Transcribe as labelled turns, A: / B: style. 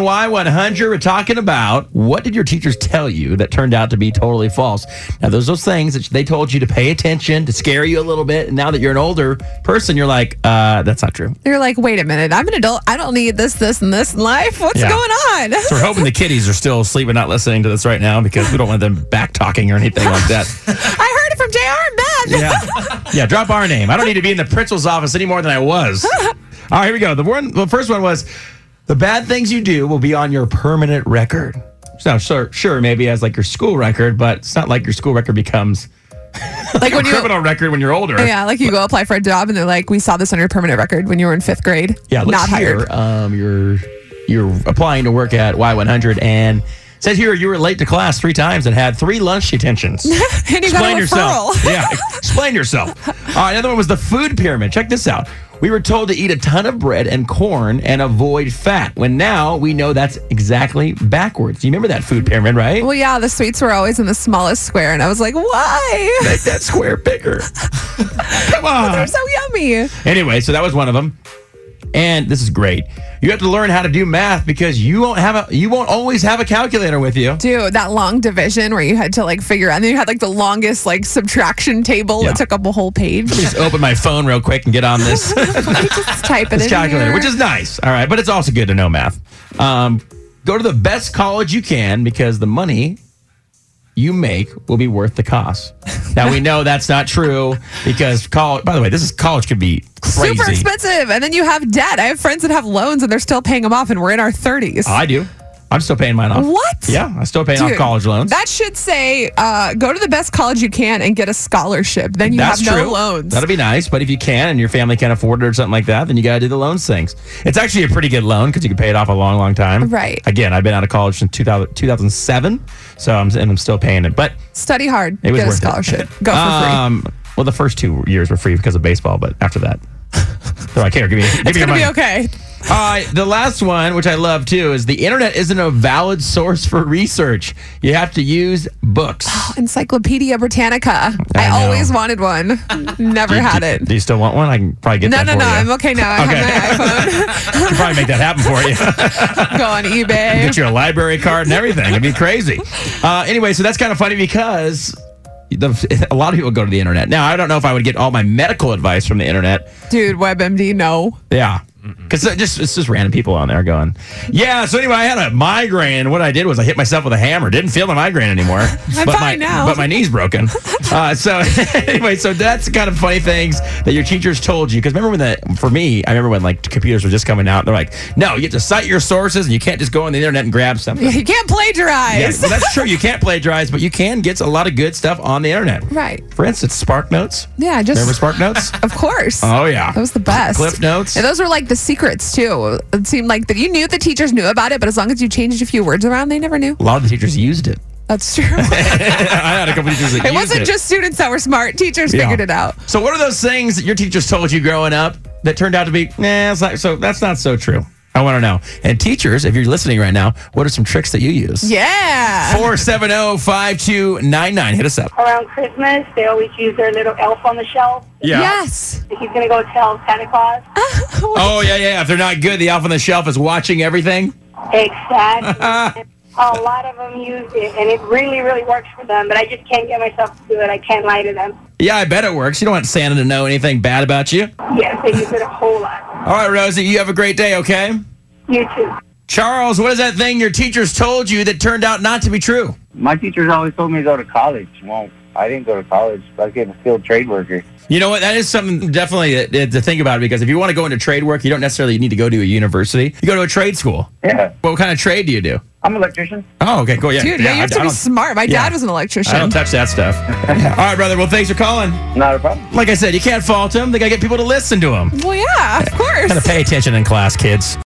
A: DIY 100. We're talking about what did your teachers tell you that turned out to be totally false? Now, there's those things that they told you to pay attention, to scare you a little bit. And now that you're an older person, you're like, uh, that's not true.
B: You're like, wait a minute, I'm an adult. I don't need this, this, and this in life. What's
A: Yeah.
B: going on?
A: So we're hoping the kiddies are still asleep and not listening to this right now because we don't want them back talking or anything like that.
B: I heard it from JR and Ben.
A: Yeah. Yeah, drop our name. I don't need to be in the principal's office any more than I was. All right, here we go. The one the first one was the bad things you do will be on your permanent record. So sure, sure, maybe as like your school record, but it's not like your school record becomes
B: Like
A: your
B: when you.
A: criminal record when you're older.
B: Yeah, like you go apply for a job and they're like, we saw this on your permanent record when you were in fifth grade.
A: Yeah, let's
B: not
A: hear.
B: hired.
A: Um, you're you're applying to work at Y100 and it says here you were late to class three times and had three lunch detentions.
B: And you got a referral.
A: yourself. yeah, explain yourself. All right, another one was the food pyramid. Check this out. We were told to eat a ton of bread and corn and avoid fat. When now we know that's exactly backwards. You remember that food pyramid, right?
B: Well, yeah, the sweets were always in the smallest square. And I was like, why?
A: Make that square bigger. Come on.
B: They're so yummy.
A: Anyway, so that was one of them. And this is great. You have to learn how to do math because you won't have a you won't always have a calculator with you.
B: Dude, that long division where you had to like figure out, and then you had like the longest like subtraction table
A: Yeah.
B: that took up a whole page.
A: Just open my phone real quick and get on this
B: Just type it
A: this
B: in.
A: calculator,
B: here.
A: which is nice. All right, but it's also good to know math. Um, go to the best college you can because the money you make will be worth the cost. Now we know that's not true because college. By the way, this is college could be crazy.
B: super expensive. And then you have debt. I have friends that have loans and they're still paying them off, and we're in our 30s.
A: I do. I'm still paying mine off.
B: What?
A: Yeah, I'm still paying off
B: Dude,
A: college loans.
B: That should say uh, go to the best college you can and get a scholarship. Then you
A: That's
B: have
A: true.
B: no loans.
A: That'll be nice. But if you can and your family can't afford it or something like that, then you got to do the loans things. It's actually a pretty good loan because you can pay it off a long, long time.
B: Right.
A: Again, I've been out of college since 2000, 2007, so I'm, and I'm still paying it. But
B: Study hard.
A: it was
B: get a
A: worth it.
B: scholarship. Go for free.
A: um, well, the first two years were free because of baseball, but after that, they're like, here, give me, give me
B: It's
A: your
B: going to
A: money.
B: be okay.
A: Uh, the last one, which I love too, is the internet isn't a valid source for research. You have to use books.
B: Oh, Encyclopedia Britannica. I,
A: I know.
B: always wanted one. Never had it.
A: Do you still want one? I can probably get
B: No,
A: that
B: no,
A: for
B: no.
A: you.
B: I'm okay now. I have my
A: I can probably make that happen for you.
B: iPhone. Go on eBay.
A: Get you a library card and everything. It'd be crazy. Uh, anyway, so that's kind of funny because the, a lot of people go to the internet. Now, I don't know if I would get all my medical advice from the internet.
B: Dude, WebMD, no.
A: Yeah. Because just it's just random people on there going, yeah. So anyway, I had a migraine. What I did was I hit myself with a hammer. Didn't feel the migraine anymore.
B: I'm
A: but
B: fine
A: my,
B: now.
A: But my knee's broken. Uh, so anyway, so that's the kind of funny things that your teachers told you. Because remember when the for me, I remember when like computers were just coming out. They're like, no, you have to cite your sources, and you can't just go on the internet and grab something.
B: You can't
A: Yeah,
B: plagiarize.
A: well, that's true. You can't plagiarize, but you can get a lot of good stuff on the internet.
B: Right.
A: For instance, Spark Notes.
B: Yeah, just-
A: remember Spark Notes.
B: Of course.
A: Oh, yeah.
B: That was the best.
A: Cliff notes.
B: And those were like the secrets too. It seemed like that you knew the teachers knew about it, but as long as you changed a few words around, they never knew.
A: a lot of the teachers used it.
B: That's true. it
A: I had a couple teachers that used
B: wasn't just students that were smart. Teachers
A: Yeah.
B: figured it out.
A: So, what are those things that your teachers told you growing up that turned out to be? Nah, it's not, so that's not so true. I want to know. And teachers, if you're listening right now, what are some tricks that you use?
B: Yeah.
A: Four seven zero five two nine nine. Hit us up.
C: around Christmas, they always use their little elf on the shelf.
B: Yes.
C: He's going to go tell Santa Claus.
A: Oh yeah, yeah. If they're not good, the elf on the shelf is watching everything.
C: Exactly. a lot of them use it, and it really, really works for them, but I just can't get myself to do it. I can't lie to them.
A: Yeah, I bet it works. You don't want Santa to know anything bad about you.
C: Yes, they use it a whole lot.
A: All right, Rosie, you have a great day, okay?
C: You too.
A: Charles, what is that thing your teachers told you that turned out not to be true?
D: My teachers always told me to go to college. Well, I didn't go to college. I became a skilled trade worker.
A: You know what? That is something definitely to, to think about because if you want to go into trade work, you don't necessarily need to go to a university. You go to a trade school.
D: Yeah,
A: What kind of trade do you do?
D: I'm an electrician.
A: Oh, okay, cool. Yeah,
B: Dude,
A: yeah,
B: yeah, you
A: I-
B: have
A: I
B: to be
A: don't-
B: smart. My
A: yeah.
B: dad was an
A: I
B: electrician.
A: don't touch that stuff. All right, brother. Well, thanks for calling.
D: Not a problem.
A: Like I said, you can't fault them. They got to get people to listen to them.
B: Well, yeah, of course.
A: Gotta pay attention in class, kids.